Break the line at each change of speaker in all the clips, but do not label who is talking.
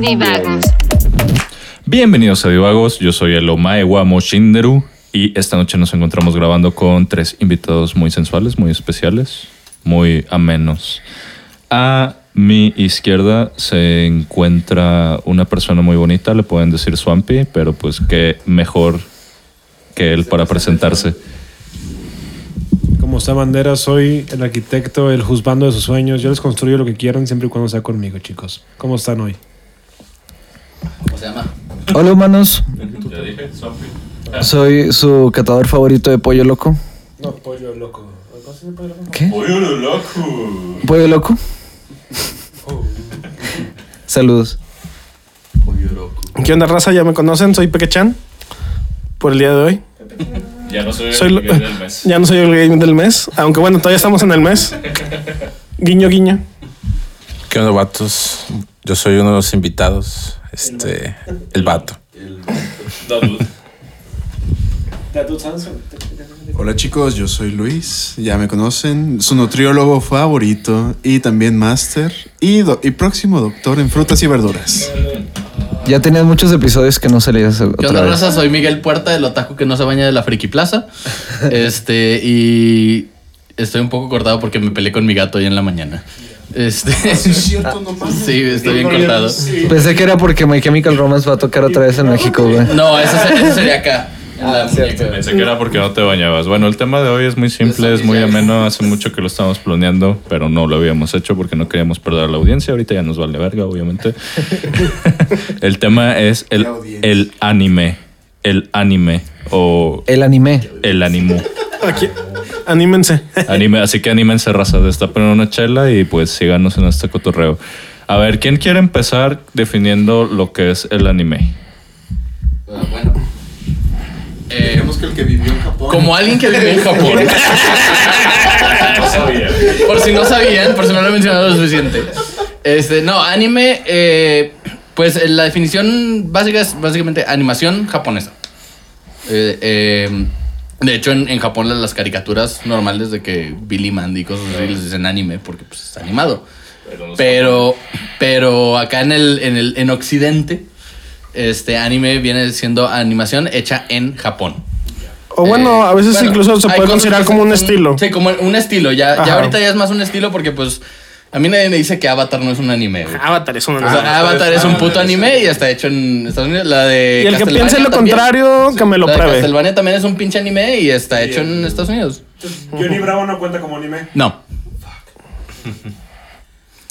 Divagos.
Bienvenidos a Divagos, yo soy el Omaewa Shinderu y esta noche nos encontramos grabando con tres invitados muy sensuales, muy especiales, muy amenos. A mi izquierda se encuentra una persona muy bonita, le pueden decir Swampy, pero pues qué mejor que él para presentarse.
Como está bandera, soy el arquitecto, el juzgando de sus sueños. Yo les construyo lo que quieran siempre y cuando sea conmigo, chicos. ¿Cómo están hoy?
Hola humanos. Ah. Soy su catador favorito de pollo loco.
No, pollo loco. ¿Algo así de pollo loco?
¿Qué? Pollo loco.
Oh.
Saludos.
¿Qué onda, raza? ¿Ya me conocen? Soy Pequechan. Por el día de hoy.
Ya no soy,
Soy lo- Ya no soy el game del mes. Aunque bueno, todavía estamos en el mes. Guiño, guiño.
¿Qué onda, vatos? Yo soy uno de los invitados. Este, el vato.
Hola chicos, yo soy Luis, ya me conocen, su nutriólogo favorito y también máster y, do- y próximo doctor en frutas y verduras.
Ya tenías muchos episodios que no salías
¿Qué
otra
onda,
vez.
raza? Soy Miguel Puerta, del otaku que no se baña de la Friki Plaza. Este, y estoy un poco cortado porque me peleé con mi gato hoy en la mañana. Este,
Ah,
sí, estoy bien cortado.
Pensé que era porque My Chemical Romance va a tocar otra vez en México, güey.
No, eso, se- eso sería acá.
Ah,
en la muñeca.
Pensé que era porque no te bañabas. Bueno, el tema de hoy es muy simple, es muy ameno. Hace mucho que lo estábamos planeando, pero no lo habíamos hecho porque no queríamos perder a la audiencia. Ahorita ya nos vale verga, obviamente. el tema es el, el anime. El anime o
El anime.
el ánimo.
Aquí. Anímense.
Anime, así que anímense, raza. Destapen una chela y pues síganos en este cotorreo. A ver, ¿quién quiere empezar definiendo lo que es el anime?
Ah, Eh,
que el que vivió en Japón.
como alguien que vive en Japón. Por si no sabían, por si no lo he mencionado lo suficiente. Este, no, anime, eh, pues eh, la definición básica es básicamente animación japonesa. Eh, eh, de hecho, en, en Japón las, las caricaturas normales de que Billy Mandy y cosas así les dicen anime porque pues está animado. Pero, pero acá en el, en el, en Occidente, este anime viene siendo animación hecha en Japón.
O bueno,
Eh,
a veces
bueno,
incluso se
hay
puede
cosas
considerar
que
como
son-
un estilo.
Sí, como un estilo. Ya, ya
Ajá.
ahorita ya es más un estilo porque, pues, a mí nadie me dice que Avatar no es un anime, güey.
Avatar es una.
O sea, Avatar
pues,
es un puto anime y está hecho en Estados Unidos. La de
ah, y el que
Castlevania
piense lo
también.
contrario, que me lo
La de
pruebe.
Castlevania también es un pinche anime y está hecho en Estados Unidos.
Johnny Bravo no cuenta como anime.
No.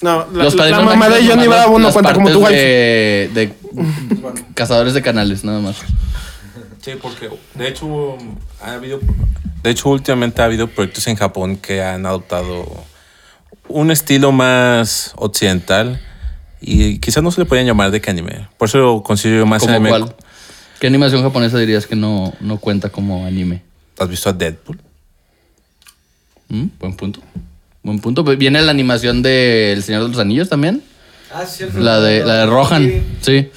No, la,
Los
la
padrinos
mamá
mágicos
de Johnny
nomás las-
Bravo no
las
cuenta como tu
partes
wife.
De, de cazadores de canales, nada más.
Sí, porque de hecho hubo- ha habido. De hecho, últimamente ha habido proyectos en Japón que han adoptado un estilo más occidental y quizás no se le podían llamar de que anime. Por eso lo considero yo más
¿Como
anime.
cuál? ¿Qué animación japonesa dirías que no, no cuenta como anime?
¿Has visto a Deadpool?
Mm, buen punto. Buen punto. Pues Viene la animación de El Señor de los Anillos también.
Ah, cierto.
La de, la de Rohan. Sí.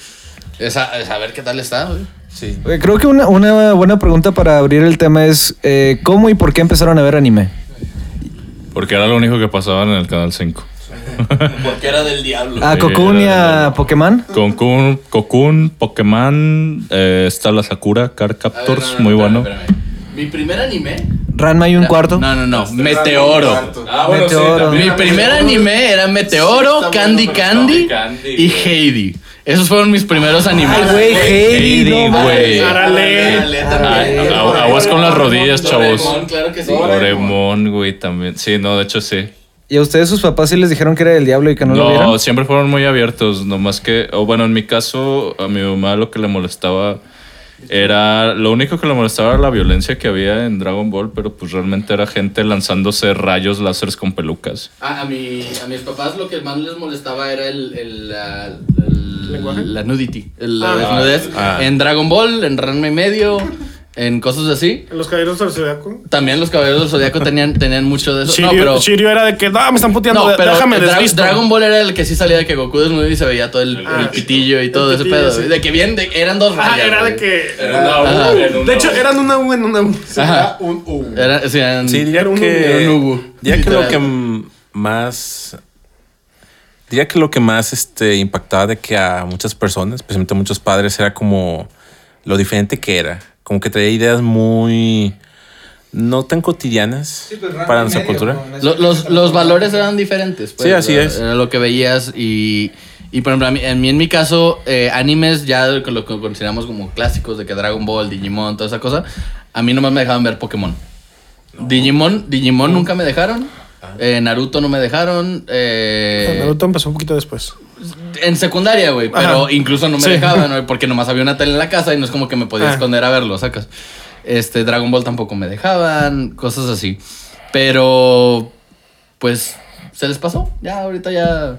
Esa, esa, a ver qué tal está. güey.
Sí.
Creo que una, una buena pregunta para abrir el tema es eh, ¿cómo y por qué empezaron a ver anime?
Porque era lo único que pasaba en el Canal 5.
Porque era del diablo.
¿A
Sí,
Cocoon y
era-
a Pokémon?
Con Kun- Cocoon, Pokémon, eh, está la Sakura, Car
A ver,
Captors,
no, no, no,
muy
espérame,
bueno. Eh,
espérame. Mi primer anime. Este
Ranma y un cuarto.
No, no, no. Meteoro.
Meteoro.
Mi primer anime era Meteoro, Candy, Candy, Ah, y Heidi. Esos fueron mis primeros animes.
Ay, güey, Heidi, no mames.
güey.
Árale.
Ay, agu- Aguas ah, con las rodillas,
Doraemon,
chavos.
claro que sí.
Doraemon, güey, también. Sí, no, de hecho sí.
¿Y a ustedes sus papás sí les dijeron que era del diablo y que no, lo vieran?
No, siempre fueron muy abiertos, nomás que, o bueno, en mi caso, a mi mamá lo que le molestaba era, lo único que le molestaba era la violencia que había en Dragon Ball, pero pues realmente era gente lanzándose rayos láseres con pelucas.
A, a, mi- a mis papás lo que más les molestaba era el, el, la,
Ah.
el- la nudity, el- la desnudez. En Dragon Ball, en Ranma y medio, en cosas así.
¿Los caballeros del zodiaco?
También los caballeros del zodiaco tenían, tenían mucho de eso.
Shirio,
no, pero.
Shirio era de que, no, me están puteando,
No,
de-
pero
déjame
el Dra-
desvisto.
Dragon Ball era el que sí salía de que Goku desnudo y se veía todo el, el pitillo y todo
Ah, el
ese
pitillo,
pedo.
sí.
De que bien, de- eran dos rayas.
Ah, era de
güey.
que...
Ajá.
De hecho, eran una U en una U.
Ajá.
Un U.
Era, sí, eran-
Sí, diría
Era un-
que.
era un Hugo.
diría que lo
Literal.
que m- más. Diría que lo que más este, impactaba de que a muchas personas, especialmente a muchos padres, era como lo diferente que era. Como que traía ideas muy. no tan cotidianas
pues,
para nuestra cultura.
Lo- los, los valores eran diferentes. pues,
Sí, así
era-
es.
Era lo que veías y, y por ejemplo, a mí- en mí, en mi caso, eh, animes ya lo que lo que consideramos como clásicos de que Dragon Ball, Digimon, toda esa cosa, a mí nomás me dejaban ver Pokémon. Digimon, Digimon nunca me dejaron. eh, Naruto no me dejaron. eh,
Naruto empezó un poquito después.
en secundaria, güey, pero
Ajá.
incluso no me
Sí.
dejaban, güey, porque nomás había una tele en la casa y no es como que me podía
Ah.
esconder a verlo, sacas. Este, Dragon Ball tampoco me dejaban, cosas así. Pero, pues, se les pasó. Ya, ahorita ya.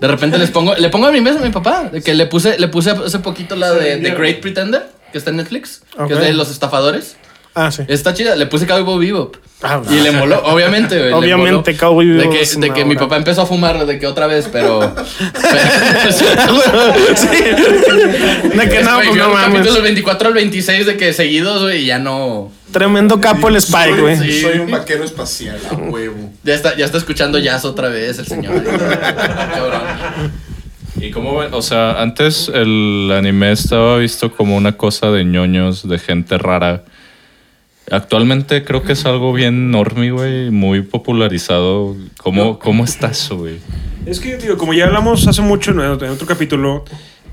De repente les pongo, le pongo a mi mesa a mi papá, de que le puse, le puse hace poquito la de The Great Pretender, que está en Netflix, que es
Ok.
de los estafadores.
Ah, sí.
Está chida, le puse Cowboy Bebop.
Ah,
Y le moló, obviamente, güey. le
Obviamente,
moló.
Cowboy Bebop
De
es
que, de
una
que mi
obra.
papá empezó a fumar, de que otra vez, pero. pero-
sí. De que no,
Güey,
pues
vio
no
el Capítulo
mames.
24 al 26 de que seguidos, güey, y ya no.
Tremendo capo el Ah, Spike, güey.
Sí.
Soy un vaquero espacial, a huevo.
Ya está, ya está escuchando jazz otra vez el señor. Cabrón.
¿Y cómo ven? O sea, antes el anime estaba visto como una cosa de ñoños, de gente rara. Actualmente creo que es algo bien enorme, güey, muy popularizado. ¿Cómo, cómo está eso, güey?
Es que, digo, como ya hablamos hace mucho en otro en otro capítulo,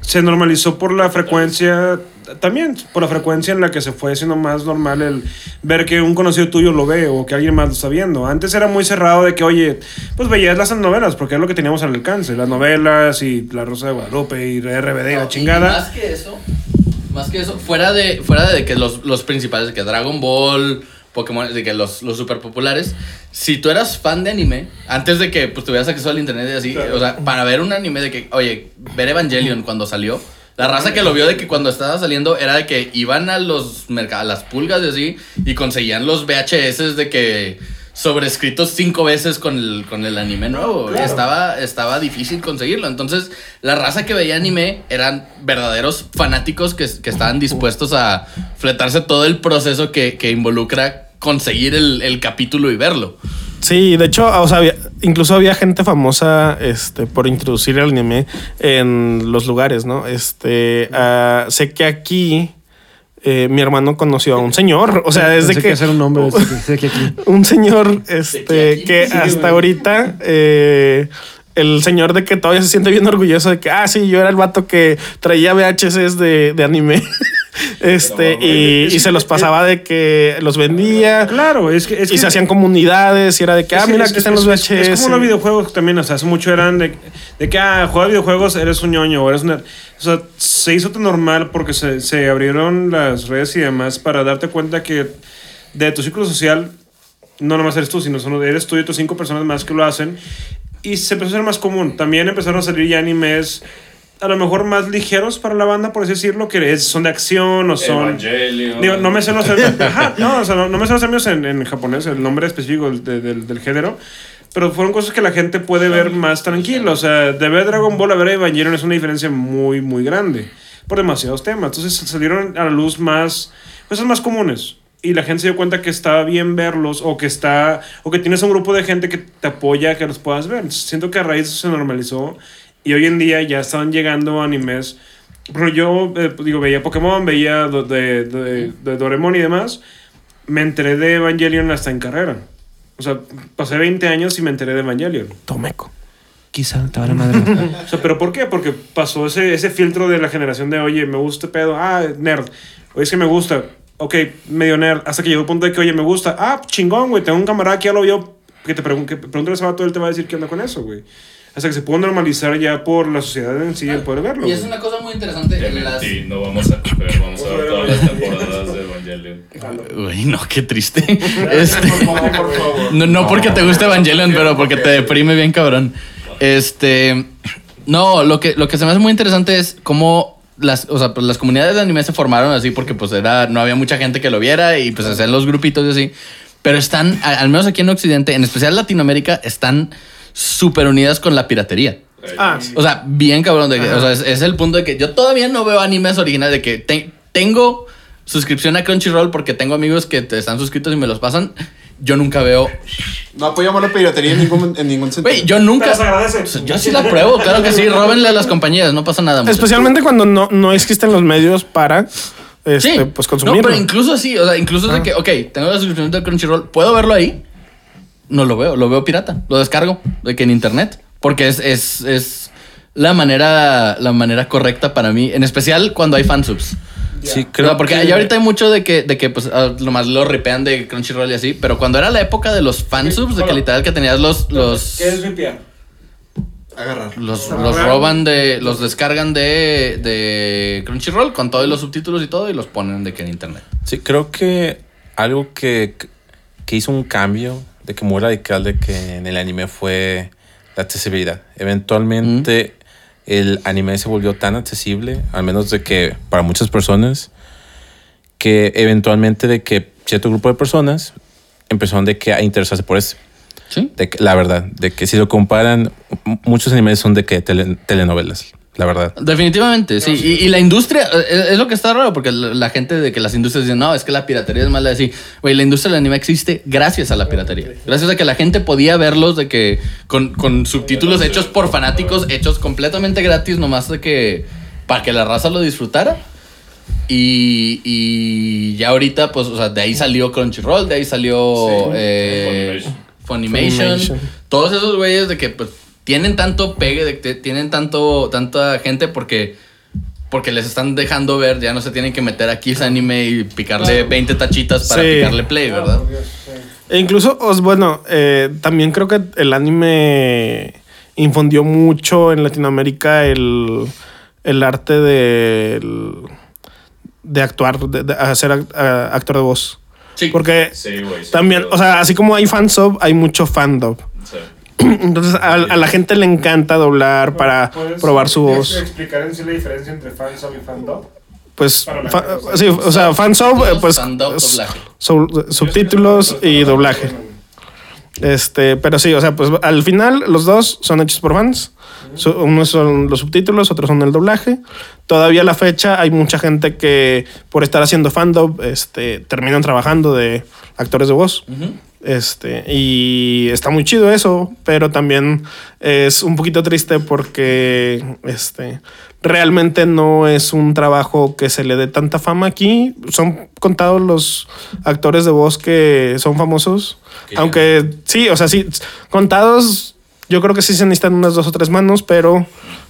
se normalizó por la frecuencia, también por la frecuencia en la que se fue siendo más normal el ver que un conocido tuyo lo ve o que alguien más lo está viendo. Antes era muy cerrado de que, oye, pues veías las novelas, porque es lo que teníamos al alcance, las novelas y La Rosa de Guadalupe y RBD y la
Y más
chingada.
que eso, más que eso, fuera de, fuera de que los, los principales, de que Dragon Ball, Pokémon, de que los, los super populares, si tú eras fan de anime, antes de que pues, tuvieras acceso al internet y así, o sea, para ver un anime de que, oye, ver Evangelion cuando salió. La raza que lo vio de que cuando estaba saliendo era de que iban a los merca- a las pulgas y así y conseguían los VHS de que sobrescritos cinco veces con el, con el anime nuevo. güey. Estaba, estaba difícil conseguirlo. Entonces, la raza que veía anime eran verdaderos fanáticos que, que estaban dispuestos a fletarse todo el proceso que, que involucra conseguir el, el capítulo y verlo.
Sí, de hecho, o sea, había- incluso había gente famosa este, por introducir el anime en los lugares, ¿no? Este, ah, sé que aquí eh, mi hermano conoció a un señor, o sea, desde
Pensé
que...
hacer un nombre. pensé que aquí.
un señor este,
aquí.
que
Sí,
hasta ahorita... eh, el señor de que todavía se siente bien orgulloso de que, ah, sí, yo era el vato que traía VHS de, de anime. este, y, y se los pasaba de que los vendía.
Claro, es que... Es
y
que-
se hacían comunidades y era de que, ah,
Es-
mira,
es-
aquí están
es-
los VHS.
es- Es como los videojuegos también, o sea, hace mucho eran de, de que, ah, juega videojuegos, eres un ñoño, o eres una... O sea, se hizo tan normal porque se, se abrieron las redes y demás para darte cuenta que de tu círculo social, no nomás eres tú, sino solo eres tú y otras cinco personas más que lo hacen. Y se empezó a ser más común. También empezaron a salir ya animes... A lo mejor más ligeros para la banda, por así decirlo, que es- son de acción o son. Digo, no me sé los Ajá, no, o sea, no, no me sé los términos en, en japonés, el nombre específico del, de- del- del género. Pero fueron cosas que la gente puede ver más tranquila. O sea, de ver Dragon Ball a ver Evangelion es una diferencia muy, muy grande. Por demasiados temas. Entonces salieron a la luz más. cosas más comunes. Y la gente se dio cuenta que está bien verlos o que está. o que tienes un grupo de gente que te apoya que los puedas ver. Siento que a raíz de eso se normalizó. Y hoy en día ya están llegando animes pero yo eh, digo, veía Pokémon, veía do- de, de- de Doraemon y demás. Me enteré de Evangelion hasta en carrera. O sea, pasé 20 años y me enteré de Evangelion.
Tomeco.
Quizá te van a madre.
O sea, ¿pero por qué? Porque pasó ese, ese filtro de la generación de, oye, me gusta este pedo, ah, nerd. Oye, es que me gusta. Ok, medio nerd. Hasta que llegó el punto de que, oye, me gusta. Ah, chingón, güey. Tengo un camarada que ya lo vio. Que te pregun- que pregunta a ese vato, él te va a decir qué onda con eso, güey. Hasta que se pudo normalizar ya por la sociedad en sí el poder verlo.
Ah, Y es
güey.
una cosa muy interesante. en las-
Sí, no vamos a coger, vamos a ver todas las temporadas de Evangelion.
Güey, no, qué triste. Este- No, no porque te guste Evangelion, pero porque te deprime bien cabrón. Este, no, lo que, lo que se me hace muy interesante es cómo las, o sea, pues las comunidades de anime se formaron así porque pues era, no había mucha gente que lo viera y pues hacían los grupitos y así. Pero están, a- al menos aquí en Occidente, en especial Latinoamérica, están súper unidas con la piratería.
Ah, sí.
O sea, bien cabrón. De que, o sea, es, es el punto de que yo todavía no veo animes originales. De que te- tengo suscripción a Crunchyroll porque tengo amigos que te- están suscritos y me los pasan. Yo nunca veo.
No apoyamos la piratería en ningún, en ningún sentido.
Güey, yo nunca.
Pero se agradece.
O sea, Yo sí la pruebo, claro que sí. Róbenle a las compañías, no pasa nada. muchachos.
Especialmente cuando no, no existen los medios para este,
Sí.
pues consumirlo.
No, pero incluso así, o sea, incluso de que, ok, tengo la suscripción de Crunchyroll, ¿puedo verlo ahí? No lo veo, lo veo pirata, lo descargo, de que en internet, porque es, es, es la manera, la manera correcta para mí, en especial cuando hay fansubs.
Sí,
Creo
creo
porque
que-
ahí ahorita hay mucho de que, de que pues, ah, lo más lo ripean de Crunchyroll y así, pero cuando era la época de los fansubs, de que literal que tenías los, los,
¿Qué es ripiar?
Agarrar.
los, los roban de, los descargan de, de Crunchyroll con todos los subtítulos y todo y los ponen de que en internet.
Sí, creo que algo que, que hizo un cambio de que muy radical de que en el anime fue la accesibilidad. Eventualmente el anime se volvió tan accesible, al menos de que para muchas personas, que eventualmente de que cierto grupo de personas empezaron de que a interesarse por eso.
¿Sí?
De que- la verdad, de que si lo comparan, m- muchos animes son de que tele- telenovelas, la verdad.
Definitivamente, sí. Y, y la industria, eh, es, es lo que está raro, porque la, la gente de que las industrias dicen, no, es que la piratería es mala. Así, güey, la industria del anime existe gracias a la piratería. Gracias a que la gente podía verlos de que con, con subtítulos hechos por fanáticos, hechos completamente gratis, nomás de que para que la raza lo disfrutara. Y, y ya ahorita, pues, o sea, de ahí salió Crunchyroll, de ahí salió eh, Funimation.
Funimation.
Todos esos güeyes de que pues, tienen tanto pegue, de que tienen tanto, tanta gente porque, porque les están dejando ver, ya no se tienen que meter aquí ese anime y picarle 20 tachitas para
Sí.
picarle play, ¿verdad?
E incluso, os- bueno, eh, también creo que el anime infundió mucho en Latinoamérica el, el arte de, de actuar, de, de hacer ac- a- actor de voz.
Sí.
Porque
Sí, güey. sí,
también,
pero-
o sea, así como hay fansub, hay mucho fandom.
sí.
Entonces, a, a la gente le encanta doblar para
¿Puedes
probar su
ex-
voz.
pues, explicar en sí la diferencia entre fansub y fandom?
Pues,
para la
fa-
gente.
sí, o sea, fansub, eh, pues,
Fandom,
s-
doblaje.
sub- subtítulos y doblaje. Este, pero sí, o sea, pues al final los dos son hechos por fans. Su- Unos son los subtítulos, otros son el doblaje. Todavía a la fecha hay mucha gente que por estar haciendo fandom, este, terminan trabajando de actores de voz. Este, y está muy chido eso, pero también es un poquito triste porque este, realmente no es un trabajo que se le dé tanta fama aquí. Son contados los actores de voz que son famosos. Aunque sí, o sea, sí, contados, yo creo que sí se necesitan unas dos o tres manos, pero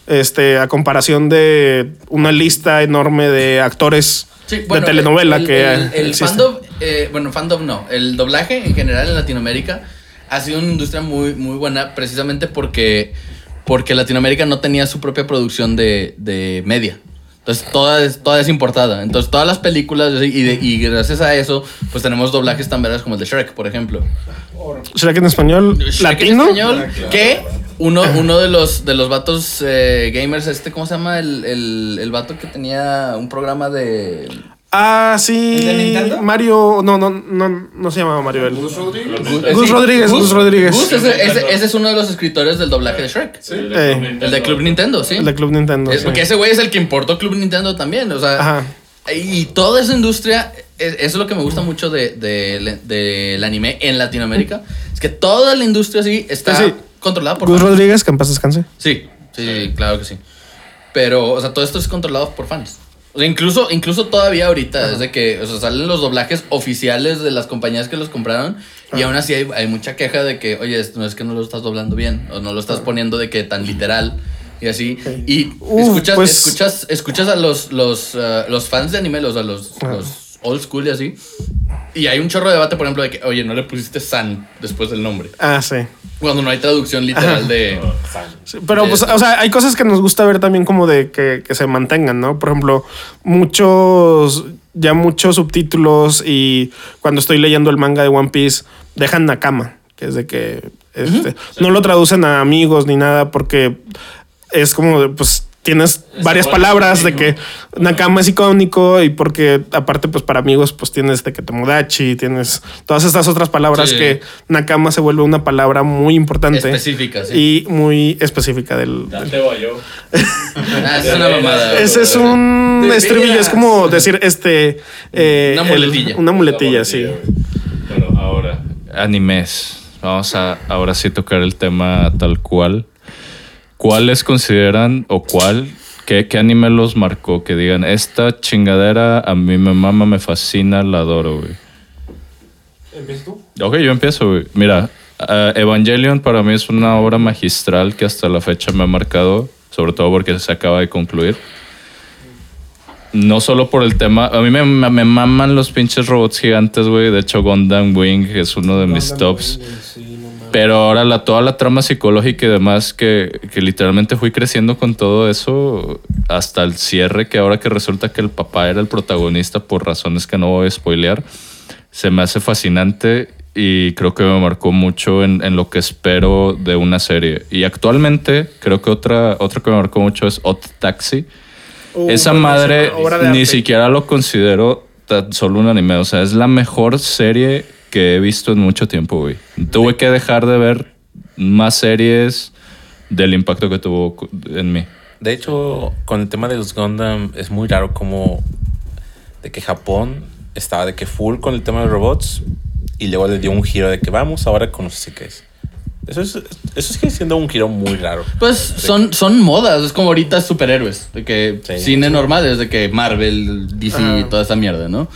este, a comparación de una lista enorme de actores
Sí,
de
bueno,
telenovela
el-
que
el, el
existe.
fandom, eh, bueno, fandom no, el doblaje en general en Latinoamérica ha sido una industria muy, muy buena precisamente porque, porque Latinoamérica no tenía su propia producción de, de media. Entonces toda es, toda es importada. Entonces todas las películas y, de- y gracias a eso pues tenemos doblajes tan verdes como el de Shrek, por ejemplo.
¿Será que en español
Shrek
latino?
En español, que uno, uno de los de los vatos eh, gamers, este, ¿cómo se llama? El, el, el vato que tenía un programa de
Ah, sí.
¿El de Nintendo?
Mario. No, no, no, no se llamaba Mario él.
Eh, Gus,
Gus Rodríguez, Gus Rodríguez.
Gus es- es- ese es uno de los escritores del doblaje de Shrek.
Eh,
El de Club Nintendo, sí.
el de Club Nintendo.
Es-
sí.
porque ese güey es el que importó Club Nintendo también. O sea,
Ajá.
y toda esa industria, es- eso es lo que me gusta mucho de- de- del anime en Latinoamérica. Es que toda la industria sí está
Sí, sí.
controlada por
Gus
fans.
Rodríguez, que en paz descanse.
Sí, sí, sí, claro que sí. Pero, o sea, todo esto es controlado por fans. O sea, incluso, incluso todavía ahorita, es de que o sea, salen los doblajes oficiales de las compañías que los compraron y aún así hay, hay mucha queja de que, oye, esto no es que no lo estás doblando bien o no lo estás poniendo de que tan literal y así. Y
Uf,
escuchas,
pues-
escuchas, escuchas a los, los, ah, los fans de anime, los, a los, los old school y así. Y hay un chorro de debate, por ejemplo, de que, oye, no le pusiste San después del nombre.
Ah, sí.
Cuando no hay traducción literal de...
Sí, Pero,
Eh,
pues, o sea, hay cosas que nos gusta ver también como de que, que se mantengan, ¿no? Por ejemplo, muchos, ya muchos subtítulos y cuando estoy leyendo el manga de One Piece, dejan Nakama, que es de que este, no lo traducen a amigos ni nada porque es como, de, pues, tienes varias palabras de que Nakama es icónico y porque aparte pues para amigos pues tienes de que Tomodachi, tienes todas estas otras palabras
Sí.
que Nakama se vuelve una palabra muy importante
Específica, sí.
y muy específica del... del-
Ah, es una mamada. güey.
Ese es un
De
estribillo,
veras.
es como decir este... eh,
Una
el-
muletilla.
una muletilla, sí.
Bueno, ahora, animes. Vamos a ahora sí tocar el tema tal cual. ¿Cuáles consideran o cuál? ¿Qué, qué anime los marcó? Que digan, esta chingadera a mí me mama, me fascina, la adoro, güey.
¿Empiezas tú?
Ok, yo empiezo, güey. Mira, eh, Evangelion para mí es una obra magistral que hasta la fecha me ha marcado, sobre todo porque se acaba de concluir. No solo por el tema, a mí me, me- me maman los pinches robots gigantes, güey. De hecho, Gundam Wing es uno de mis tops. Pero ahora la, toda la trama psicológica y demás que, que literalmente fui creciendo con todo eso hasta el cierre que ahora que resulta que el papá era el protagonista por razones que no voy a spoilear, se me hace fascinante y creo que me marcó mucho en, en lo que espero de una serie. Y actualmente creo que otra, otra que me marcó mucho es Hot Taxi.
Uh,
Esa
bueno,
madre
es una obra de
ni
arte.
siquiera lo considero tan solo un anime. O sea, es la mejor serie que he visto en mucho tiempo, güey. Tuve que dejar de ver más series del impacto que tuvo cu- en mí.
De hecho, con el tema de los Gundam, es muy raro como de que Japón estaba de que full con el tema de robots y luego le dio un giro de que vamos ahora con no sé qué es. Eso, es, eso sigue siendo un giro muy raro.
Pues son, son modas, es como ahorita superhéroes, de que
Sí.
cine normal es de que Marvel, DC y toda esa mierda, ¿no?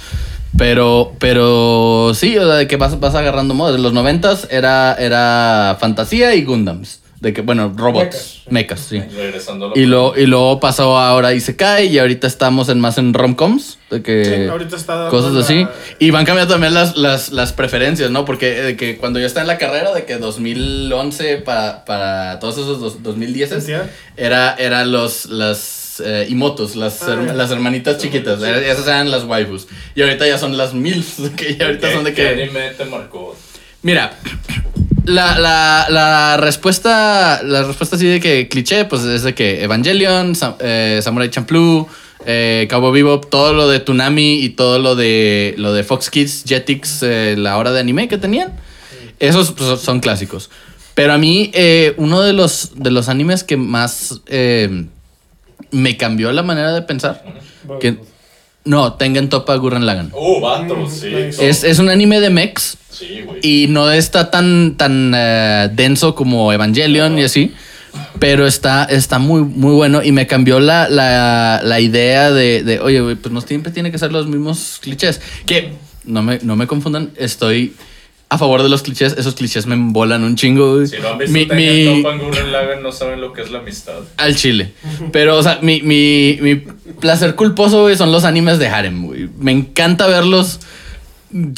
Pero, pero sí, o sea, de que vas, vas agarrando modas. En los noventas era, era fantasía y Gundams. De que, bueno, robots, mechas, sí.
Regresando
Y, lo, y luego pasó ahora y se cae y ahorita estamos en más en romcoms. De que
Sí, ahorita está
cosas
dando
así.
la-
Y van cambiando también las, las, las preferencias, ¿no? Porque eh, de que cuando yo estaba en la carrera, de que 2011 para, para todos esos dos- 2010
¿Sentía?
era, era los, las eh, imotos, las, her- las hermanitas chiquitas. Era- Esas eran las waifus. Y ahorita ya son las milfs, que ya ahorita son de que...
te marcó?
Mira, la, la, la respuesta, la respuesta así de que cliché, pues es de que Evangelion, Sam- eh, Samurai Champloo, eh, Cowboy Bebop, todo lo de Tsunami y todo lo de, lo de Fox Kids, Jetix, eh, la hora de anime que tenían. Esos pues, son clásicos. Pero a mí, eh, uno de los, de los animes que más eh, me cambió la manera de pensar. Que, no, Tengen Topa Gurren Lagan.
Oh, vato, sí.
Es, es un anime de mechs
Sí, güey.
y no está tan, tan eh, denso como Evangelion y así. Pero está, está muy, muy bueno y me cambió la, la, la idea de, de, oye, güey, pues no siempre tiene que ser los mismos clichés. Que no me, no me confundan, estoy a favor de los clichés. Esos clichés me embolan un chingo. güey. Mi- mi-
no saben lo que es la amistad.
al chile. Pero, o sea, mi, mi, mi placer culposo, güey, son los animes de harem, güey. Me encanta verlos.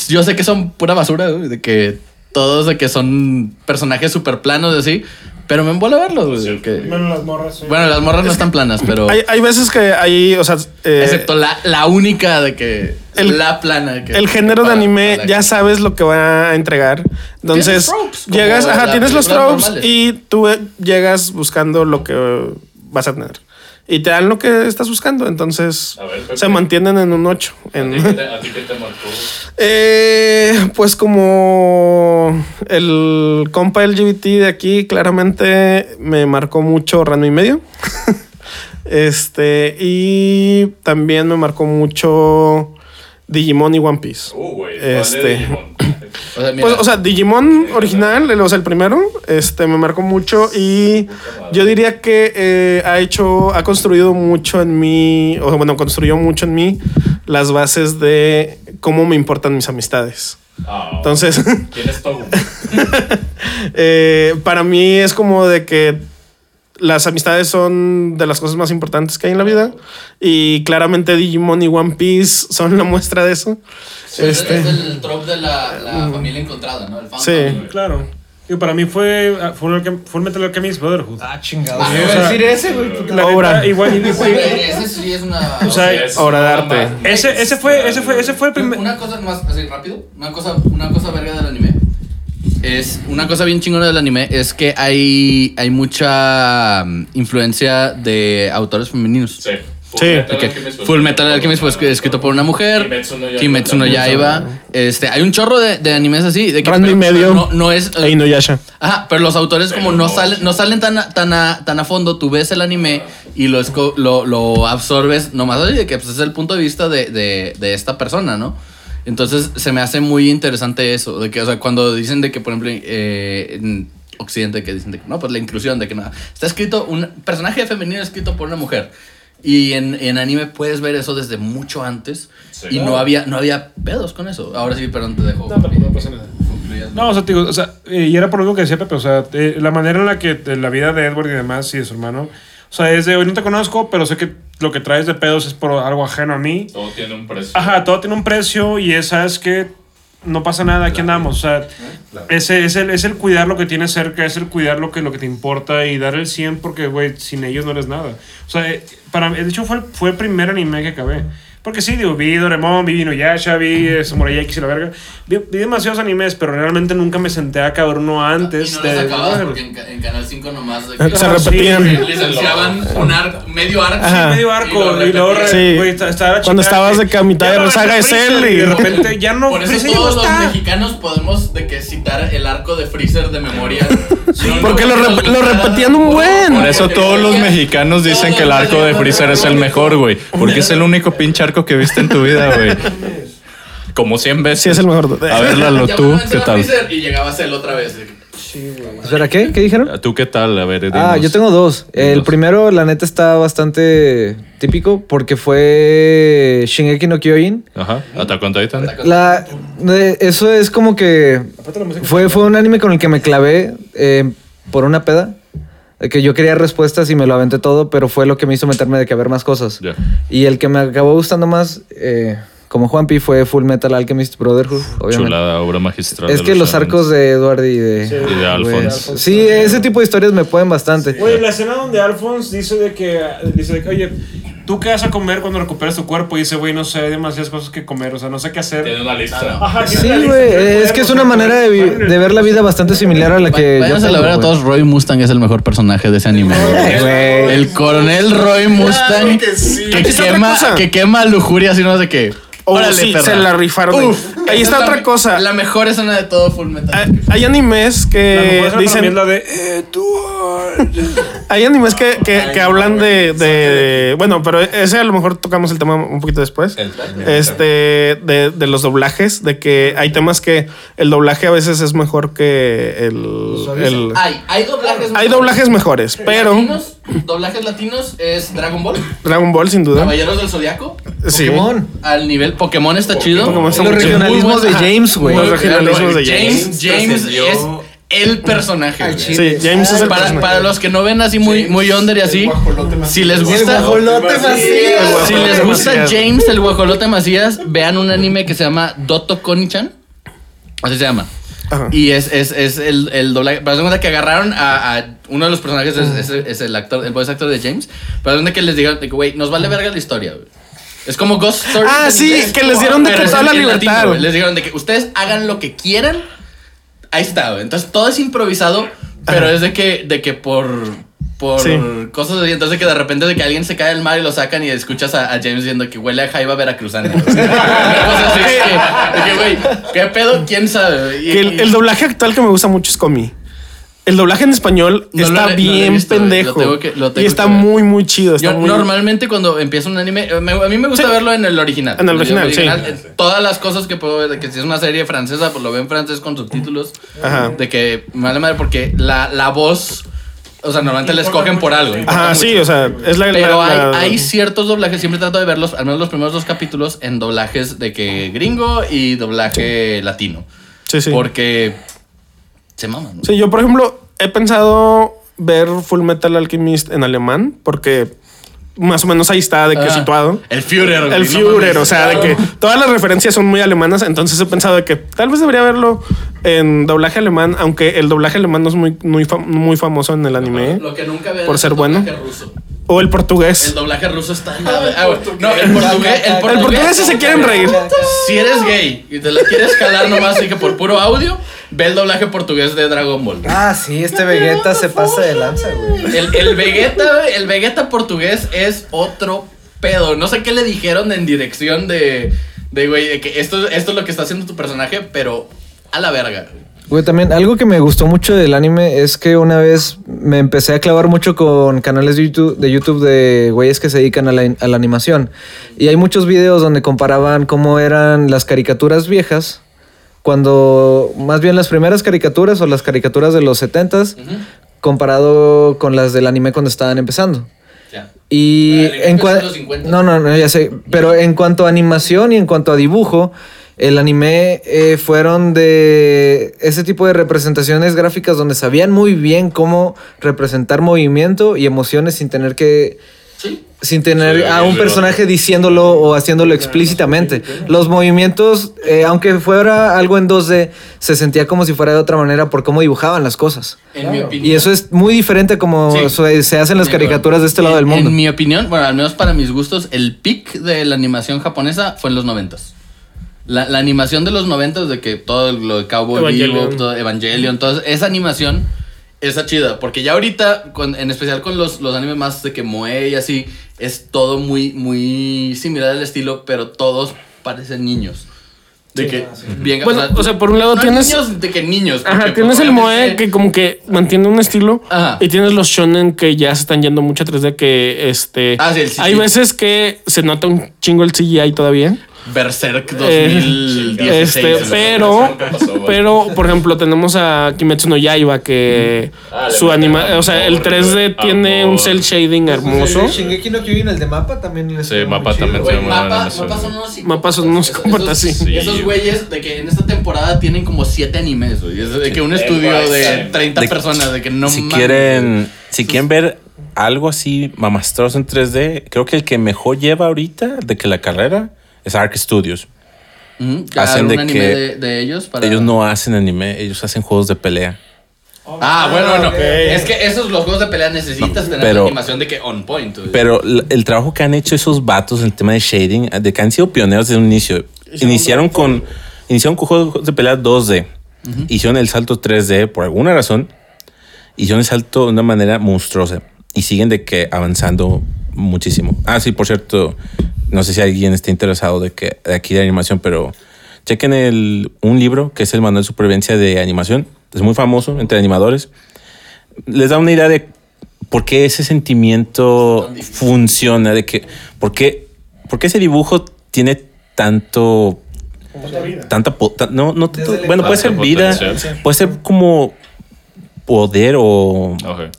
Yo sé que son pura basura, güey, de que todos de que son personajes súper planos y así, pero me embola verlos, güey. de que-
Bueno, las morras. sí.
Bueno, las morras no están planas, pero...
Hay, eh, hay veces que hay, o sea, eh,
Excepto la, la única de que...
El-
la plana. que-
el género de
para-
anime
para-
ya sabes lo que va a entregar. Entonces,
tropes, como
llegas, ajá,
las
tienes los
películas
tropes
normales.
y tú eh, llegas buscando lo que eh, vas a tener. Y te dan lo que estás buscando, entonces
A ver, Pepe.
se mantienen en un 8.
¿A ti qué te marcó?
pues como el compa LGBT de aquí, claramente me marcó mucho Rano y medio. este, y también me marcó mucho Digimon y One Piece.
Uh,
Este.
O sea, mira,
Pues, o sea, Digimon original, el- o sea, el primero, este, me marcó mucho y yo diría que eh, ha hecho, ha construido mucho en mí, o sea, bueno, construyó mucho en mí las bases de cómo me importan mis amistades.
Ah.
Entonces,
¿Tienes todo?
eh, para mí es como de que las amistades son de las cosas más importantes que hay en la vida y claramente Digimon y One Piece son la muestra de eso.
es-
este- Mm.
es el trope de la, la familia encontrada, ¿no? El fan
Sí.
family.
Claro. Digo, para mí fue ah, Full Alchem- Full Metal Alchemist Brotherhood.
Ah, chingado.
Ah,
Yo iba
o
a
sea,
decir ese, güey. porque-
La
Obra.
neta, igual, y-
Güey,
y-
Ese sí es una...
O sea,
Obra de arte.
Este.
ese, ese fue, ese fue, ese fue el primer.
Una cosa más, así rápido, una cosa, una cosa verga del anime. es una cosa bien chingona del anime es que hay, hay mucha mm, influencia de autores femeninos.
Sí.
Sí.
De que Full Metal Alchemist fue escri- escrito por una mujer.
Kimetsu no Yaiba
Kimetsu no
también.
Yaiba. Este, hay un chorro de, de animes así. De que,
Ranma y
pero
medio.
No, no es.
E Inuyasha.
Ajá, pero los autores como
Pero
no,
no.
salen, no salen tan, a- tan, a, tan a fondo, tú ves el anime y lo, esco- lo, lo absorbes nomás así de que pues, es el punto de vista de, de, de esta persona, ¿no? Entonces se me hace muy interesante eso, de que, o sea, cuando dicen de que, por ejemplo, eh, en Occidente que dicen de que, no, pues la inclusión, de que nada, está escrito un personaje femenino escrito por una mujer. Y en, en anime puedes ver eso desde mucho antes y no había, no había pedos con eso. Ahora sí, perdón, te dejo.
No, pero no pasa nada.
Concluyas,
No, o sea, te digo, o sea, eh, y era por lo mismo que decía Pepe, o sea, eh, la manera en la que eh, la vida de Edward y demás y de su hermano, o sea, es de hoy no te conozco, pero sé que lo que traes de pedos es por algo ajeno a mí.
Todo tiene un precio.
Ajá, todo tiene un precio y esa es que no pasa nada, aquí andamos. O sea, ese, es, el, es el cuidar lo que tienes cerca, es el cuidar lo que, lo que te importa y dar el 100 porque, güey, sin ellos no eres nada. O sea, eh, para mí, de hecho fue, el- fue el primer anime que acabé. Porque sí, digo, vi Doremon, vi Inuyasha, vi eh, Samurai X y la verga. Vi, vi demasiados animes, pero realmente nunca me senté a acabar uno antes.
Y no
de-
las acababas porque en, ca- en Canal 5 nomás de
Se
que
repetían.
licenciaban un ar- medio arco.
Ajá.
medio arco
Y
y
lo
luego
repetían.
Sí.
güey, esta- estaba la
Cuando
chingada,
estabas de
que
que a mitad
ya
de
no
saga
está
de
Freezer,
Cell y-
y de repente ya no
Por eso
Freezer ya no
todos los
está.
mexicanos podemos de que citar el arco de Freezer de memoria.
Porque lo rep- lo repetían un buen.
Por eso todos los mexicanos dicen que el arco de Freezer es el mejor, güey. Porque es el único pinche arco que viste en tu vida, güey. Como 100 veces.
Sí, es el mejor.
A ver, Lalo, tú, ¿qué tal?
Y llegabas él otra vez.
¿Será qué? ¿Qué dijeron?
¿Tú qué tal? A ver,
Ah,
dinos.
yo tengo dos. El
Dos.
primero, la neta, está bastante típico porque fue Shingeki no Kyojin.
Ajá. ¿Hasta cuánto Titan?
La, eh, eso es como que fue, fue un anime con el que me clavé eh, por una peda. De Que yo quería respuestas y me lo aventé todo, pero fue lo que me hizo meterme de que a ver más cosas.
Ya.
Y el que me acabó gustando más, eh, como Juanpi, fue Full Metal Alchemist Brotherhood, obviamente.
Chulada, obra magistral.
Es
de
que los
shonen.
arcos de Edward y de,
Y de Alphonse.
Güey, Sí, ese tipo de historias me pueden bastante.
Oye, la escena donde Alphonse dice de que, dice de que, oye, ¿tú qué vas a comer cuando recuperes tu cuerpo? Y dice, güey, no sé, hay demasiadas cosas que comer, o sea, no sé qué hacer.
una lista.
Ajá,
Sí, güey, es que es una manera de, vi- de ver la vida bastante similar a la que yo
Váyanse a la
tengo,
ver a
güey.
todos. Roy Mustang es el mejor personaje de ese anime. güey.
Ay, güey.
El coronel Roy Mustang
que sí.
que,
Es otra
quema,
cosa.
que quema lujuria, sino no sé qué.
Oh,
Órale,
sí,
perra.
se la rifaron. güey.
Uf,
Ahí
esa
está
es
otra
la-
cosa. Ah,
La mejor escena de todo Full Metal.
Hay- Hay animes que
dicen...
dicen.
la de, eh, tú...
Hay animes que, que- que hablan de, de- Bueno, pero ese a lo mejor tocamos el tema un poquito después.
El-
Este, de, de los doblajes, de que hay temas que el doblaje a veces es mejor que el. el-
Hay, hay doblajes.
hay doblajes mejores, pero.
Latinos, doblajes latinos es Dragon Ball,
Dragon Ball, sin duda.
Caballeros del Zodiaco.
Sí.
Pokémon.
al nivel Pokémon está chido.
Pokémon está
Los
muy chido.
regionalismos de James, güey.
Los regionalismos de
James,
James.
James es
Trascendió.
el personaje. güey.
Sí, James es el
Para,
personaje.
para los que no ven así muy, muy under y así, si les gusta, si les gusta
Macías.
James el guajolote Macías, vean un anime que se llama Doto Konichan. Así se llama.
Ajá.
Y es, es, es el, el doblaje. Pero haz de cuenta que agarraron a, a uno de los personajes, es, es- es el actor, el voice actor de James. Pero haz de cuenta que les dijeron, de que, güey, nos vale verga la historia, güey. Es como Ghost Story.
Ah,
en
sí,
inglés,
que les dieron de
pero
que
es
toda
en-
la
en
libertad,
latino, güey.
güey.
Les dijeron de que ustedes hagan lo que quieran. Ahí está, güey. Entonces todo es improvisado, pero es de que, de que por, por
Sí.
cosas así. Entonces que de repente de que alguien se cae al mar y lo sacan y escuchas a, a James diciendo que huele a Jaiba Veracruzana. Una cosa así, de que, de que, güey, ¿qué pedo? ¿Quién sabe? Y-
Que el, el doblaje actual que me gusta mucho es Comi. El doblaje en español
No lo he-
está
no lo he
bien
visto, güey.
pendejo.
Lo tengo que- lo
y
tengo
está
que ver.
muy, muy chido. Está
Yo
muy-
normalmente cuando empieza un anime, eh, me- a mí me gusta
Sí.
verlo en el original.
En el original, sí.
eh, Todas las cosas que puedo ver, de que si es una serie francesa, pues lo veo en francés con subtítulos.
Ajá.
De que, me vale madre, porque la, la voz, o sea, normalmente la escogen por algo. importa
Ajá,
mucho.
sí, o sea, es la. la-
Pero hay,
la-
hay ciertos doblajes, siempre trato de verlos, al menos los primeros dos capítulos, en doblajes de que gringo y doblaje latino.
Sí, sí.
Porque se maman. ¿no?
Sí, yo, por ejemplo, he pensado ver Full Metal Alchemist en alemán, porque más o menos ahí está de que
Ah,
situado.
El Führer. güey,
El
no
Führer,
mames. Ah.
o sea, de que todas las referencias son muy alemanas, entonces he pensado de que tal vez debería verlo en doblaje alemán, aunque el doblaje alemán no es muy, muy, fam- muy famoso en el anime.
Lo que nunca veo
Por
es
ser
el
bueno.
doblaje ruso.
o el portugués.
El doblaje ruso está. en la- Ah, güey. No, el portugués. El portugués,
El portugués si se quieren reír.
Si eres gay y te la quieres jalar nomás, así que por puro audio, ve el doblaje portugués de Dragon Ball.
Ah, sí, este Vegeta se pasa de lanza, güey.
El, el Vegeta, güey, el Vegeta portugués es otro pedo. No sé qué le dijeron en dirección de, de güey, de que esto, esto es lo que está haciendo tu personaje, pero a la verga.
Güey, también algo que me gustó mucho del anime es que una vez me empecé a clavar mucho con canales de YouTube de, YouTube de güeyes que se dedican a la, a la animación. Y hay muchos videos donde comparaban cómo eran las caricaturas viejas, cuando más bien las primeras caricaturas o las caricaturas de los 70s, comparado con las del anime cuando estaban empezando.
Ya.
Y
Ah, el
en
anime es
cuanto.
de los 50.
No, no, no, ya sé. Pero en cuanto a animación y en cuanto a dibujo, el anime eh, fueron de ese tipo de representaciones gráficas donde sabían muy bien cómo representar movimiento y emociones sin tener que. Sin tener
Sí,
a un
pero-
personaje diciéndolo o haciéndolo explícitamente. Los movimientos, eh, aunque fuera algo en 2D, se sentía como si fuera de otra manera por cómo dibujaban las cosas.
En mi opinión.
Y eso es muy diferente a como
Sí.
se se hacen las
De acuerdo.
caricaturas de este lado
En-
del mundo.
En mi opinión, bueno, al menos para mis gustos, el pic de la animación japonesa fue en los noventas. La, la animación de los noventas de que todo lo de Cowboy
Evangelion.
Bebop, todo Evangelion, toda esa animación está chida. Porque ya ahorita, con- en especial con los, los animes más de que Moe y así, es todo muy, muy similar al estilo, pero todos parecen niños. De que bien
Bueno, o sea, por un lado
no
tienes-
niños de que niños.
Ajá,
porque,
tienes
pues,
el Moe
obviamente-
que como que mantiene un estilo
Ajá.
y tienes los shonen que ya se están yendo mucho a 3D que este
Ah, sí, el CGI.
hay veces que se nota un chingo el CGI todavía.
Berserk
Eh,
2016.
este, pero pero por ejemplo tenemos a Kimetsu no Yaiba que su anima, o sea, el 3D tiene
amor.
un cell shading hermoso.
Shingeki no Kyojin, el de mapa también les
Sí, mapa también se
Güey,
llama en
mapa,
Amazon.
mapas son unos psicópatas.
Mapas son unos
Esos-
psicópatas,
esos-
sí.
Esos güeyes de que en esta temporada tienen como 7 animes, güey. Es de que un estudio de 30
De-
personas, de que no
si
mames.
quieren, si quieren ver algo así mamastroso en 3D, creo que el que mejor lleva ahorita de que la carrera es Arc Studios.
Ujú, que
hacen
hagan
de
un anime
que
de, de ellos para.
Ellos no hacen anime, ellos hacen juegos de pelea.
Ah, bueno, bueno. Es que esos los juegos de pelea necesitas tener
Pero-
la animación de que on point. güey.
Pero l- el trabajo que han hecho esos vatos en el tema de shading, ah, de que han sido pioneros desde un inicio. Iniciaron con, iniciaron con juegos de pelea 2D. Hicieron el salto 3D por alguna razón. Hicieron el salto de una manera monstruosa. Y siguen de que avanzando muchísimo. Ah, sí, por cierto, no sé si alguien está interesado de que de aquí de animación, pero chequen el, un libro que es el Manual de Supervivencia de Animación. Es muy famoso entre animadores les da una idea de por qué ese sentimiento funciona, de que por qué, por qué ese dibujo tiene tanto tanta po- ta- no no tanto- bueno puede ser
Tanto
vida,
potencial.
puede ser como poder o
Ok.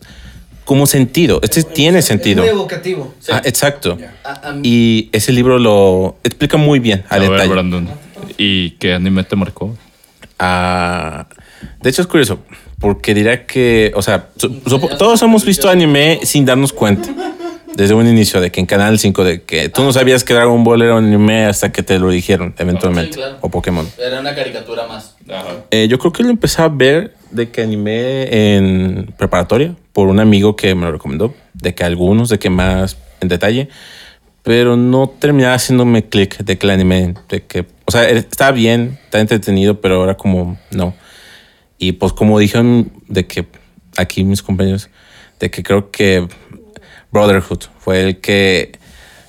como sentido. Este tiene sentido.
evocativo.
Ah, exacto.
A- a mí-
Y ese libro lo explica muy bien a,
A ver,
detalle.
Brandon. ¿Y qué anime te marcó?
Ah, de hecho es curioso, porque dirá que, o sea, su- supo- todos hemos visto anime sin darnos cuenta. Desde un inicio, de que en Canal 5, de que tú no sabías que Dragon Ball era un anime hasta que te lo dijeron eventualmente.
Sí, claro.
O Pokémon.
Era una caricatura más.
Eh, yo creo que lo empecé a ver de que animé en preparatoria por un amigo que me lo recomendó, de que algunos, de que más en detalle, pero no terminaba haciéndome clic de que el anime, de que, o sea, era- estaba bien, estaba entretenido, pero ahora como no. Y pues como dijeron de que aquí mis compañeros, de que creo que Brotherhood fue el que,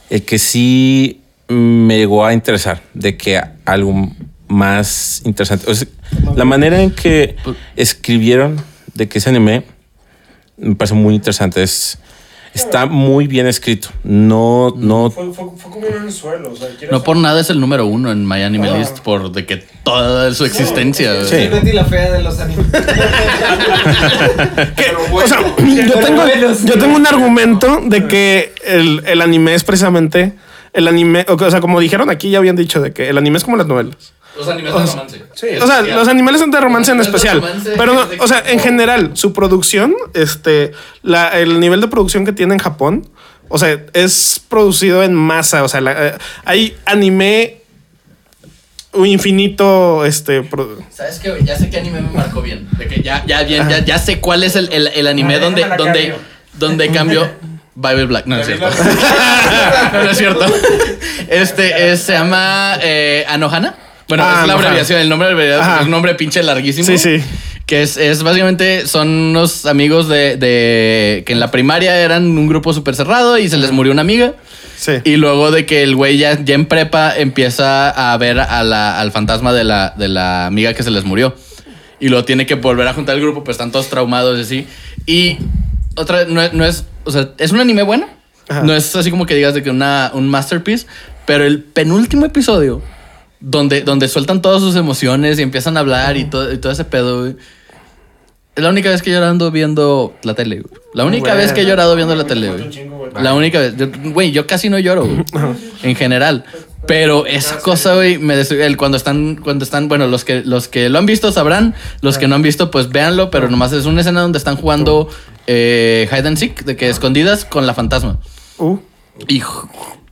el que sí me llegó a interesar, de que algo más interesante. O sea, la manera en que escribieron de que ese anime me parece muy interesante. Es, está muy bien escrito. No, no,
Fue, fue, fue como un anzuelo. O sea, quieres-
No por nada es el número uno en My Anime List por de que toda su existencia. güey.
Sí.
Betty la fea de los animes.
O sea, yo tengo, yo tengo un argumento de que el, el anime es precisamente el anime, o sea, como dijeron aquí, ya habían dicho de que el anime es como las novelas.
Los animes de romance.
O sea, los animales son de romance en
Los animales de
especial.
romance
Pero, no,
es de-
o sea, en general, su producción, este, la- el nivel de producción que tiene en Japón, o sea, es producido en masa. O sea, la- eh, hay anime infinito, este, pro-
¿Sabes qué? güey? Ya sé qué anime me marcó bien. De que ya, ya bien, ya, ya sé cuál es el, el- el anime
Ah,
donde,
déjame la
donde,
cambio.
donde cambió. Bible Black. No, no es cierto. no, no es cierto. Este es- se llama eh, Anohana. Bueno,
Ah,
es la
Anohana.
abreviación, el nombre abreviado,
Ajá.
es un nombre pinche larguísimo.
Sí, sí.
Que es, es básicamente, son unos amigos de, de- que en la primaria eran un grupo súper cerrado y se les murió una amiga.
Sí.
Y luego de que el güey ya, ya en prepa empieza a ver a la- al fantasma de la, de la amiga que se les murió. Y lo tiene que volver a juntar el grupo, pues están todos traumados y así. Y otra, no, es- no es, o sea, es un anime bueno.
Ajá.
No es así como que digas de que una, un masterpiece, pero el penúltimo episodio, donde, donde sueltan todas sus emociones y empiezan a hablar y todo, y todo ese pedo, güey. Es la única vez que he llorado viendo la tele, güey. La única vez que he llorado viendo la tele, güey. La única vez. Yo- Güey, yo casi no lloro, güey. En general. Pero esa cosa, güey, me des- el cuando están, cuando están, bueno, los que, los que lo han visto sabrán, los que no han visto, pues véanlo, pero nomás es una escena donde están jugando eh, hide and seek, de que escondidas con la fantasma.
Uh,
Y jo-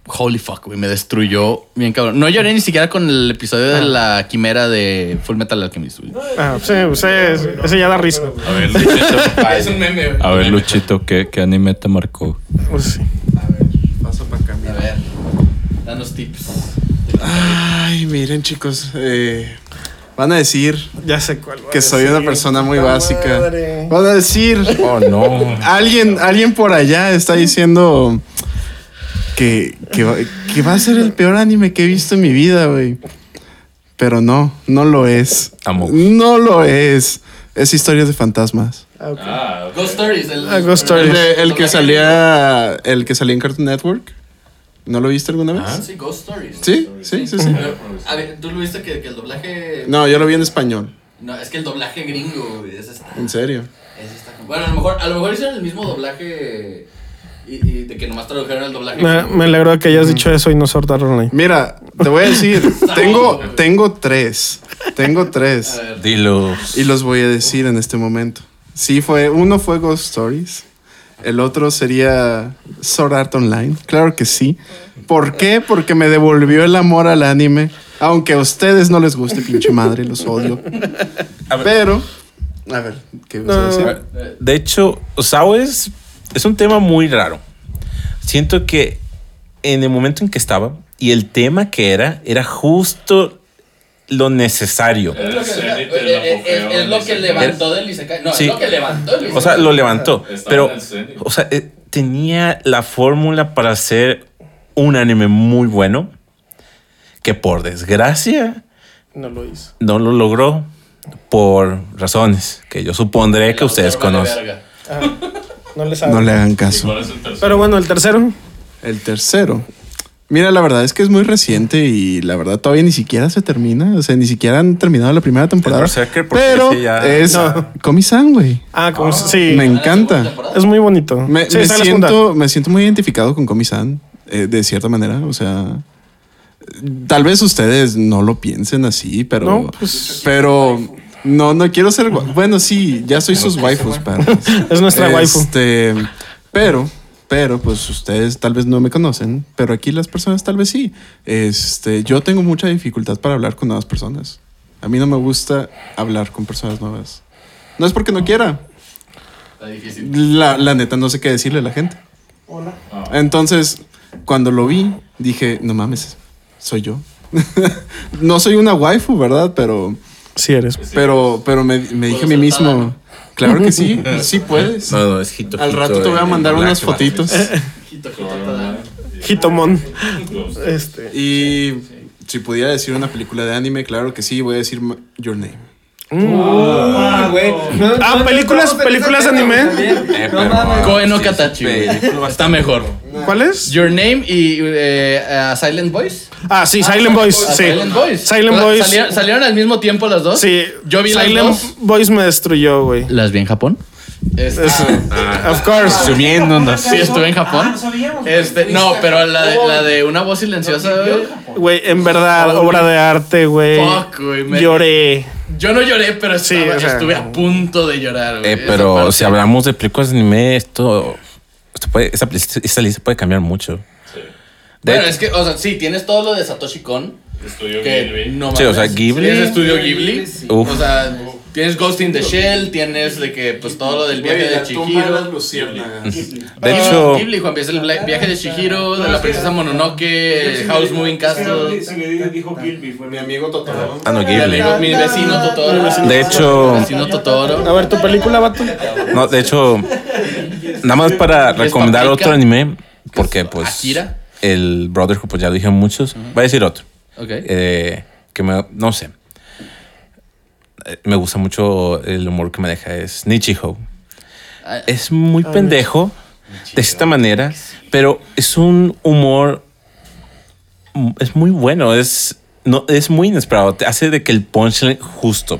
holy fuck, güey, me destruyó bien cabrón. No lloré ni siquiera con el episodio de la quimera de Full Metal Alchemist. güey.
ah, sí, sí, ese- ese ya da risa.
A ver, Luchito.
Es un meme, güey.
A ver, Luchito, ¿qué, qué anime te marcó?
Pues sí.
Paso para acá,
A
mira.
ver, danos tips.
Ay, miren, chicos. eh, van a decir
Ya sé cuál. va a
que soy
decir.
una persona muy
Puta
básica.
madre.
Van a decir.
Oh, no.
Alguien, alguien por allá está diciendo que, que, va- que va a ser el peor anime que he visto en mi vida, güey. Pero no, no lo es.
Amo.
No lo es. Es historias de fantasmas.
Ghost Stories. El,
Ah, Ghost Stories.
El, de- el que salía. El que salía en Cartoon Network. ¿No lo viste alguna vez?
Ah,
Ah,
Sí, Ghost Stories.
Sí, sí, sí, sí.
A ver, tú lo viste que, que el doblaje.
No, yo lo vi en español.
No, es que el doblaje gringo, güey, ese está.
En serio.
ese está como- Bueno, a lo mejor, a lo mejor hicieron el mismo doblaje. Y, y de que nomás tradujeron el doblaje.
Me,
gringo.
me alegro que hayas dicho eso y no Sword Art Online.
Mira, te voy a decir, tengo, tengo tres. Tengo tres.
Dilo.
Y los voy a decir en este momento. Sí, fue. Uno fue Ghost Stories. El otro sería Sword Art Online. Claro que sí. ¿Por qué? Porque me devolvió el amor al anime. Aunque a ustedes no les guste, pinche madre, los odio. Pero. A ver, ¿qué vas
Ah.
a decir?
De hecho, Sao es, es un tema muy raro. Siento que en el momento en que estaba y el tema que era, era justo lo necesario.
Eh, eh, Es, es lo que levantó del Isekai. No,
Sí.
es lo que levantó el
O sea, lo
Isekai.
levantó.
Estaba
Pero,
en el cenit.
o sea, eh, tenía la fórmula para hacer un anime muy bueno que por desgracia
No lo hizo.
no lo logró por razones que yo supondré que
La
ustedes
autor vale
conocen.
verga.
No le sabe.
No le hagan caso.
Pero bueno, el tercero.
El tercero. Mira, la verdad es que es muy reciente y la verdad todavía ni siquiera se termina. O sea, ni siquiera han terminado la primera temporada.
Berserker, porque
Pero
ese ya-
es
No.
Komi-san, güey.
Ah, como sí.
Me encanta.
Es muy bonito.
Me,
sí,
me
está en la segunda.
siento, me siento muy identificado con Komi-san, eh, de cierta manera. O sea, tal vez ustedes no lo piensen así, pero.
No, pues-
pero. No, no quiero ser. gua- Bueno, sí, ya soy sus waifus, padres.
Es nuestra waifu.
Este, pero, pero, pues ustedes tal vez no me conocen, pero aquí las personas tal vez sí. Este, yo tengo mucha dificultad para hablar con nuevas personas. A mí no me gusta hablar con personas nuevas. No es porque no quiera.
Está difícil.
La, la neta, no sé qué decirle a la gente.
Ah.
Hola. Entonces, cuando lo vi, dije, no mames, soy yo. no soy una waifu, ¿verdad? Pero,
Sí eres.
pero, pero me, me dije a mí
ser
mismo,
talán.
claro que sí, sí puedes.
No, no, es Hito
Al
Hito
rato te voy a
en-
mandar
en
unas
Black. Eh,
fotitos.
Jito, jito, tada.
Hitomon. Este.
Y si pudiera decir una película de anime, claro que sí, voy a decir ma- Your Name.
Ah, películas, películas anime.
Eh, pero-
Koe no Katachi. güey. Está mejor.
¿Cuál es?
Your Name y eh, eh, Silent Voice.
Ah, sí, Silent Boys. Sí.
Silent Voice.
Silent
O sea,
Boys.
¿Salieron, salieron al mismo tiempo las dos?
Sí.
Yo vi las
Silent
dos.
Boys me destruyó, güey.
¿Las vi en Japón? Este,
Es-
Ah,
Of course.
Sumiéndonos.
sí, estuve en Japón. Este, no, pero la de, la de una voz silenciosa, güey.
Güey, en verdad, obra de arte, güey.
Oh, Fuck, güey, me-
Lloré.
Yo no lloré, pero
Sí,
estaba-
o sea,
estuve a punto de llorar, güey.
Eh,
Esa
pero
parte.
si hablamos de películas de anime, esto, esto puede, esta, esta lista puede cambiar mucho. De
Bueno,
hecho-
es que, o sea, sí, tienes todo lo de Satoshi Kon. Estudio Ghibli. No
Sí, o sea,
mames.
Ghibli.
Es estudio Ghibli.
Uf.
O sea, Tienes Ghost in the Shell, tienes de que, pues todo lo del viaje
Güey,
de
la tumba de las
Chihiro.
luciérnagas.
Ah,
De hecho,
Ghibli, Juan, es el bla- viaje de Chihiro, de la princesa Mononoke, House Moving Castle,
dijo Gilby, fue
mi amigo Totoro. Ah, no, Ghibli.
mi, mi vecino Totoro.
De hecho,
Mi vecino Totoro.
A ver, tu película, vato.
no, de hecho, nada más para
¿Ves
recomendar
Paprika?
otro anime, porque pues
Akira?
el Brotherhood, pues ya lo dije muchos, voy a decir otro.
Ok.
eh, que me, no sé. Eh, Me gusta mucho el humor que me deja es Nichiho.
Ah,
Es muy pendejo de cierta manera, pero es un humor mm, es muy bueno, es no es muy inesperado, te hace de que el punchline justo.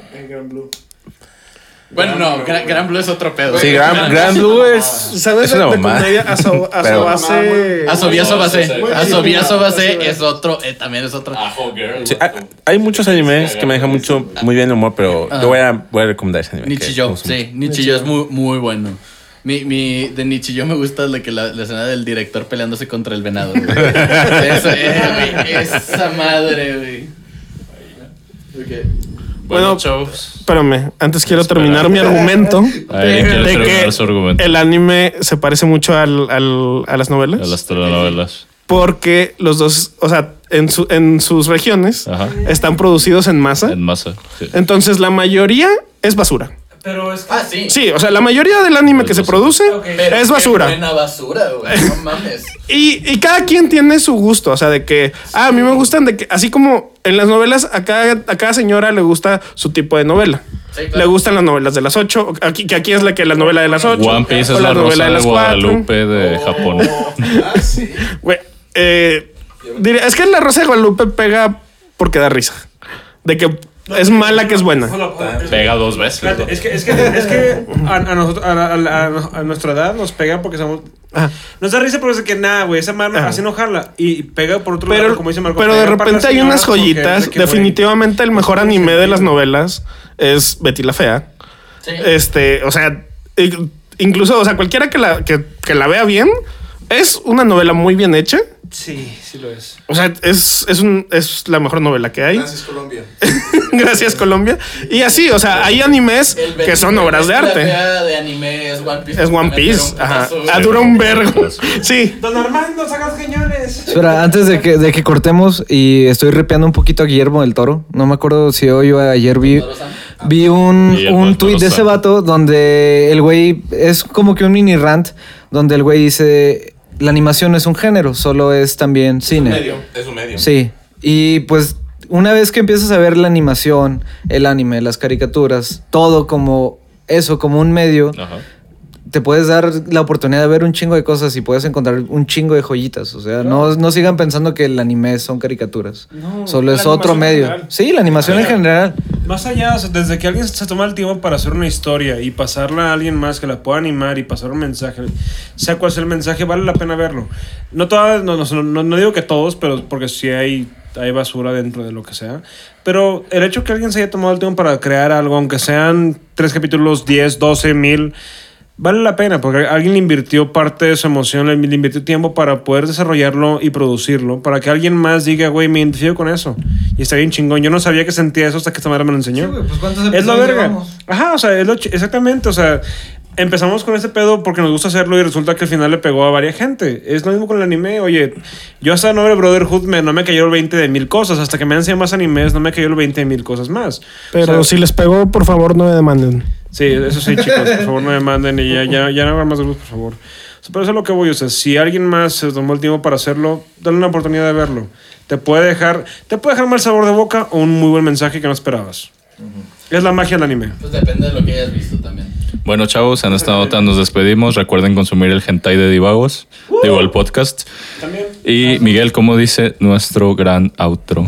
Bueno, no, Gran, Gran Blue es otro pedo.
Sí, Gran, Gran Blue es,
¿Sabes?
es una
de, de
mamada.
comedia a su, a
Pero-
su base.
Asobia base.
Muy
Asobia
chido.
base es otro, eh, también es otro.
Ah, Sí, hay, hay muchos animes que me dejan mucho muy bien el humor, pero yo voy a, voy a recomendar ese anime. que me
Nichiyo,
gusta mucho.
Ah. sí, Nichiyo es muy, muy bueno. Mi, mi, de Nichiyo me gusta la, que la, la escena del director peleándose contra el venado. güey. esa, eh, güey, esa madre, güey.
Bueno,
chavos.
espérame. Antes quiero terminar mi argumento
Ahí
De
quiero
de
terminar su
que
argumento.
el anime se parece mucho al, al- a las novelas.
A las telenovelas.
Porque los dos, o sea, en, su- en sus regiones
Ajá.
están producidos en masa.
Ah. En masa. sí.
Entonces la mayoría es basura.
Pero es que.
Ah, sí.
Sí, o sea, la mayoría del anime
Es
que se
basura.
produce
Pero
es
qué
basura.
Buena basura, güey. No mames.
Y, y cada quien tiene su gusto, o sea, de que ah, a mí me gustan de que, así como en las novelas, a cada, a cada señora le gusta su tipo de novela.
Sí, claro.
Le gustan las novelas de las ocho, o aquí, que aquí es la que la novela de las ocho.
One Piece
o
es la rosa
novela
de
las cuatro.
Guadalupe
Oh.
de Japón.
Güey, eh, diría- es que la Rosa de Guadalupe pega porque da risa. De que es mala que es buena.
Pega dos veces.
Espérate, es que, es que, es que a, a nosotros- a- a- a- a nuestra edad nos pega porque somos.
Ah.
Nos da risa porque es que nada, güey, esa mano
Ajá.
así no jala. Y pega por otro lado,
Ah. Pero,
como dice Marco.
pero de
pega para
repente
las
hay unas
señoras porque
joyitas.
de que, güey,
Definitivamente el mejor anime de las novelas es Betty la Fea.
Sí.
Este, o sea, i- incluso, o sea, cualquiera que la, que, que la vea bien, es una novela muy bien hecha.
Sí, sí lo es.
O sea, es, es, un- es la mejor novela que hay.
Gracias, Colombia.
Gracias, Colombia. Y así, o sea, hay animes
El
que son obras de
la
arte.
fea de anime es One Piece.
Es One
Me metieron
Piece.
un
Ajá.
putazo,
Ah,
güey.
dura un vergo. Sí.
Don Armando, sacas cañones.
Espera, antes de que, de que cortemos y estoy repeando un poquito a Guillermo del Toro. No me acuerdo si hoy o ayer vi, vi un,
Guillermo del Toro
un tuit de ese
San.
vato donde el güey es como que un mini rant donde el güey dice la animación no es un género, solo es también cine.
Es un medio.
Sí, y pues una vez que empiezas a ver la animación, el anime, las caricaturas, todo como eso, como un medio,
Ajá.
te puedes dar la oportunidad de ver un chingo de cosas y puedes encontrar un chingo de joyitas. O sea, no, no sigan pensando que el anime son caricaturas. Solo es otro medio. Sí, la animación en general.
Más allá, o sea, desde que alguien se toma el tiempo para hacer una historia y pasarla a alguien más que la pueda animar y pasar un mensaje, sea cual sea el mensaje, vale la pena verlo. No todas, no, no, no- no digo que todos, pero porque sí hay, hay basura dentro de lo que sea. Pero el hecho que alguien se haya tomado el tiempo para crear algo, aunque sean tres capítulos, 10, 12, mil, vale la pena porque alguien le invirtió parte de su emoción, le le invirtió tiempo para poder desarrollarlo y producirlo, para que alguien más diga, güey, me identifico con eso. Y está bien chingón. Yo no sabía que sentía eso hasta que esta madre me lo enseñó.
pues,
es la verga. Ajá, o sea, es lo chi- exactamente, o sea, empezamos con este pedo porque nos gusta hacerlo y resulta que al final le pegó a varias gente. Es lo mismo con el anime, oye, yo hasta no ver Brotherhood me, no me cayó el 20 de mil cosas, hasta que me enseñan más animes no me cayó el 20 de mil cosas más.
Pero
O sea,
si les pegó, por favor, no me demanden.
Sí, eso sí, chicos, por favor no me manden y ya, ya, ya no hagan más grupos, por favor. O sea, Pero eso es lo que voy, o sea, si alguien más se tomó el tiempo para hacerlo, dale una oportunidad de verlo. Te puede dejar, te puede dejar mal sabor de boca o un muy buen mensaje que no esperabas. Es la magia del anime.
Pues depende de lo que hayas visto también.
Bueno, chavos, en esta nota nos despedimos. Recuerden consumir el hentai de Divagos,
Uh.
digo el podcast. Y Miguel, ¿cómo dice nuestro gran outro?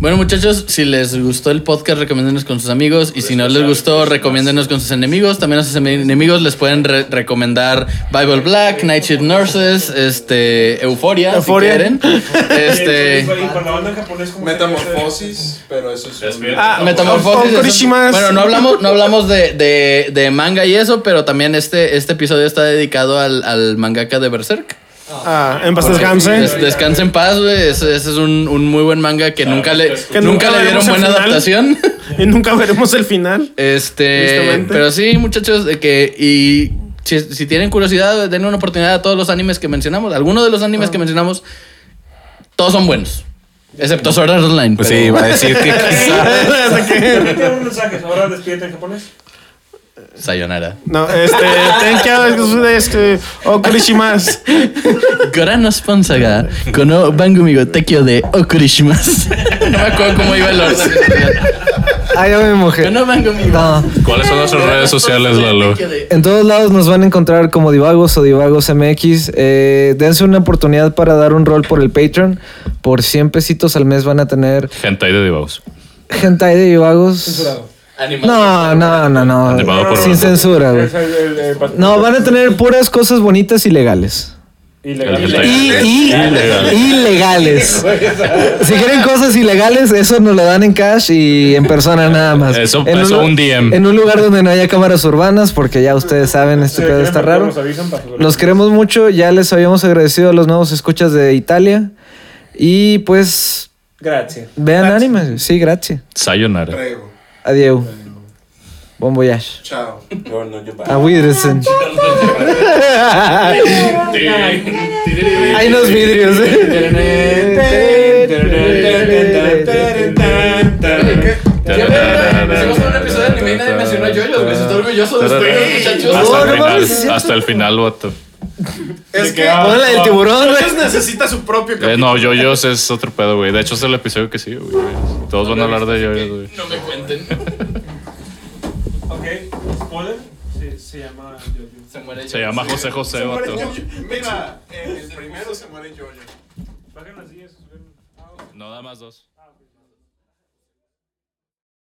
Bueno, muchachos, si les gustó el podcast, recomiéndenos con sus amigos. Y si no les gustó, recomiéndenos con sus enemigos. También a sus enemigos les pueden re- recomendar Bible Black, Night Shift Nurses, este, Euforia,
Euphoria.
si quieren.
Eh,
Este.
Metamorfosis, pero eso es un-
Ah,
Metamorfosis.
Con
es-
Kurishimas.
Bueno, no hablamos, no hablamos de, de- de manga y eso, pero también este, este episodio está dedicado al, al mangaka de Berserk.
Ah, en paz descanse.
Des- descansa en paz, güey. Ese, ese es un, un muy buen manga que nunca le,
Que nunca
nunca le dieron
veremos el
buena
final.
adaptación.
Y nunca veremos el final.
Este,
Tristemente.
pero sí, muchachos, de que y si, si tienen curiosidad, denle una oportunidad a todos los animes que mencionamos. Algunos de los
Ah.
animes que mencionamos, todos son buenos, excepto Sword Art Online.
Pues
pero-
sí, iba a decir que quizá.
Tienen unos mensajes. Ahora despídete en japonés.
Sayonara.
No, este. Tenkia, este. O Kurishimas.
Goranos Ponsaga, Kono Bangumi go Tekio de Okurishimas. No me acuerdo cómo iba el orden.
Ah, ya me mojé.
Kono Bangumi go
No.
¿Cuáles son nuestras redes sociales, Lalo?
Tekio de-
En todos lados nos van a encontrar como Divagos o Divagos MX. Eh, dense una oportunidad para dar un rol por el Patreon. Por 100 pesitos al mes van a tener
Gente ahí de divagos.
Gentai de Divagos. No, no, no,
Animado
no.
por-
Sin censura, güey. No, van a tener puras cosas bonitas y legales. Y, y- ilegales. Si quieren cosas ilegales, eso nos lo dan en cash y en persona nada más.
Eso-
en
eso
lu-
un DM.
En un lugar donde no haya cámaras urbanas, porque ya ustedes saben, este pedo está raro. Los queremos mucho, ya les habíamos agradecido a los nuevos escuchas de Italia. Y pues
Gracias.
vean anime. Sí, gracias.
Sayonara.
Adiós. Bon voyage.
Chao.
A Wiedersehen. Hay unos vidrios.
Hicimos un episodio de anime y nadie mencionó a Yoyos, güey. Estoy orgulloso de ustedes, muchachos.
Hasta
No, no
el
mames,
final,
¿cierto?
hasta el final, vato.
Es que
Ponle el tiburón, güey.
Entonces necesita su propio
Eh, no, Yoyos es otro pedo, güey. De hecho, es el episodio que sigue, güey. Todos van a hablar de Yoyos, güey.
No me cuenten.
Ok. ¿Spoiler? Sí, se llama Jojo.
Se muere
Se llama José José, vato.
Mira, eh, el primero se muere Yoyo.
Bajen las sillas. suben.
No, da más dos.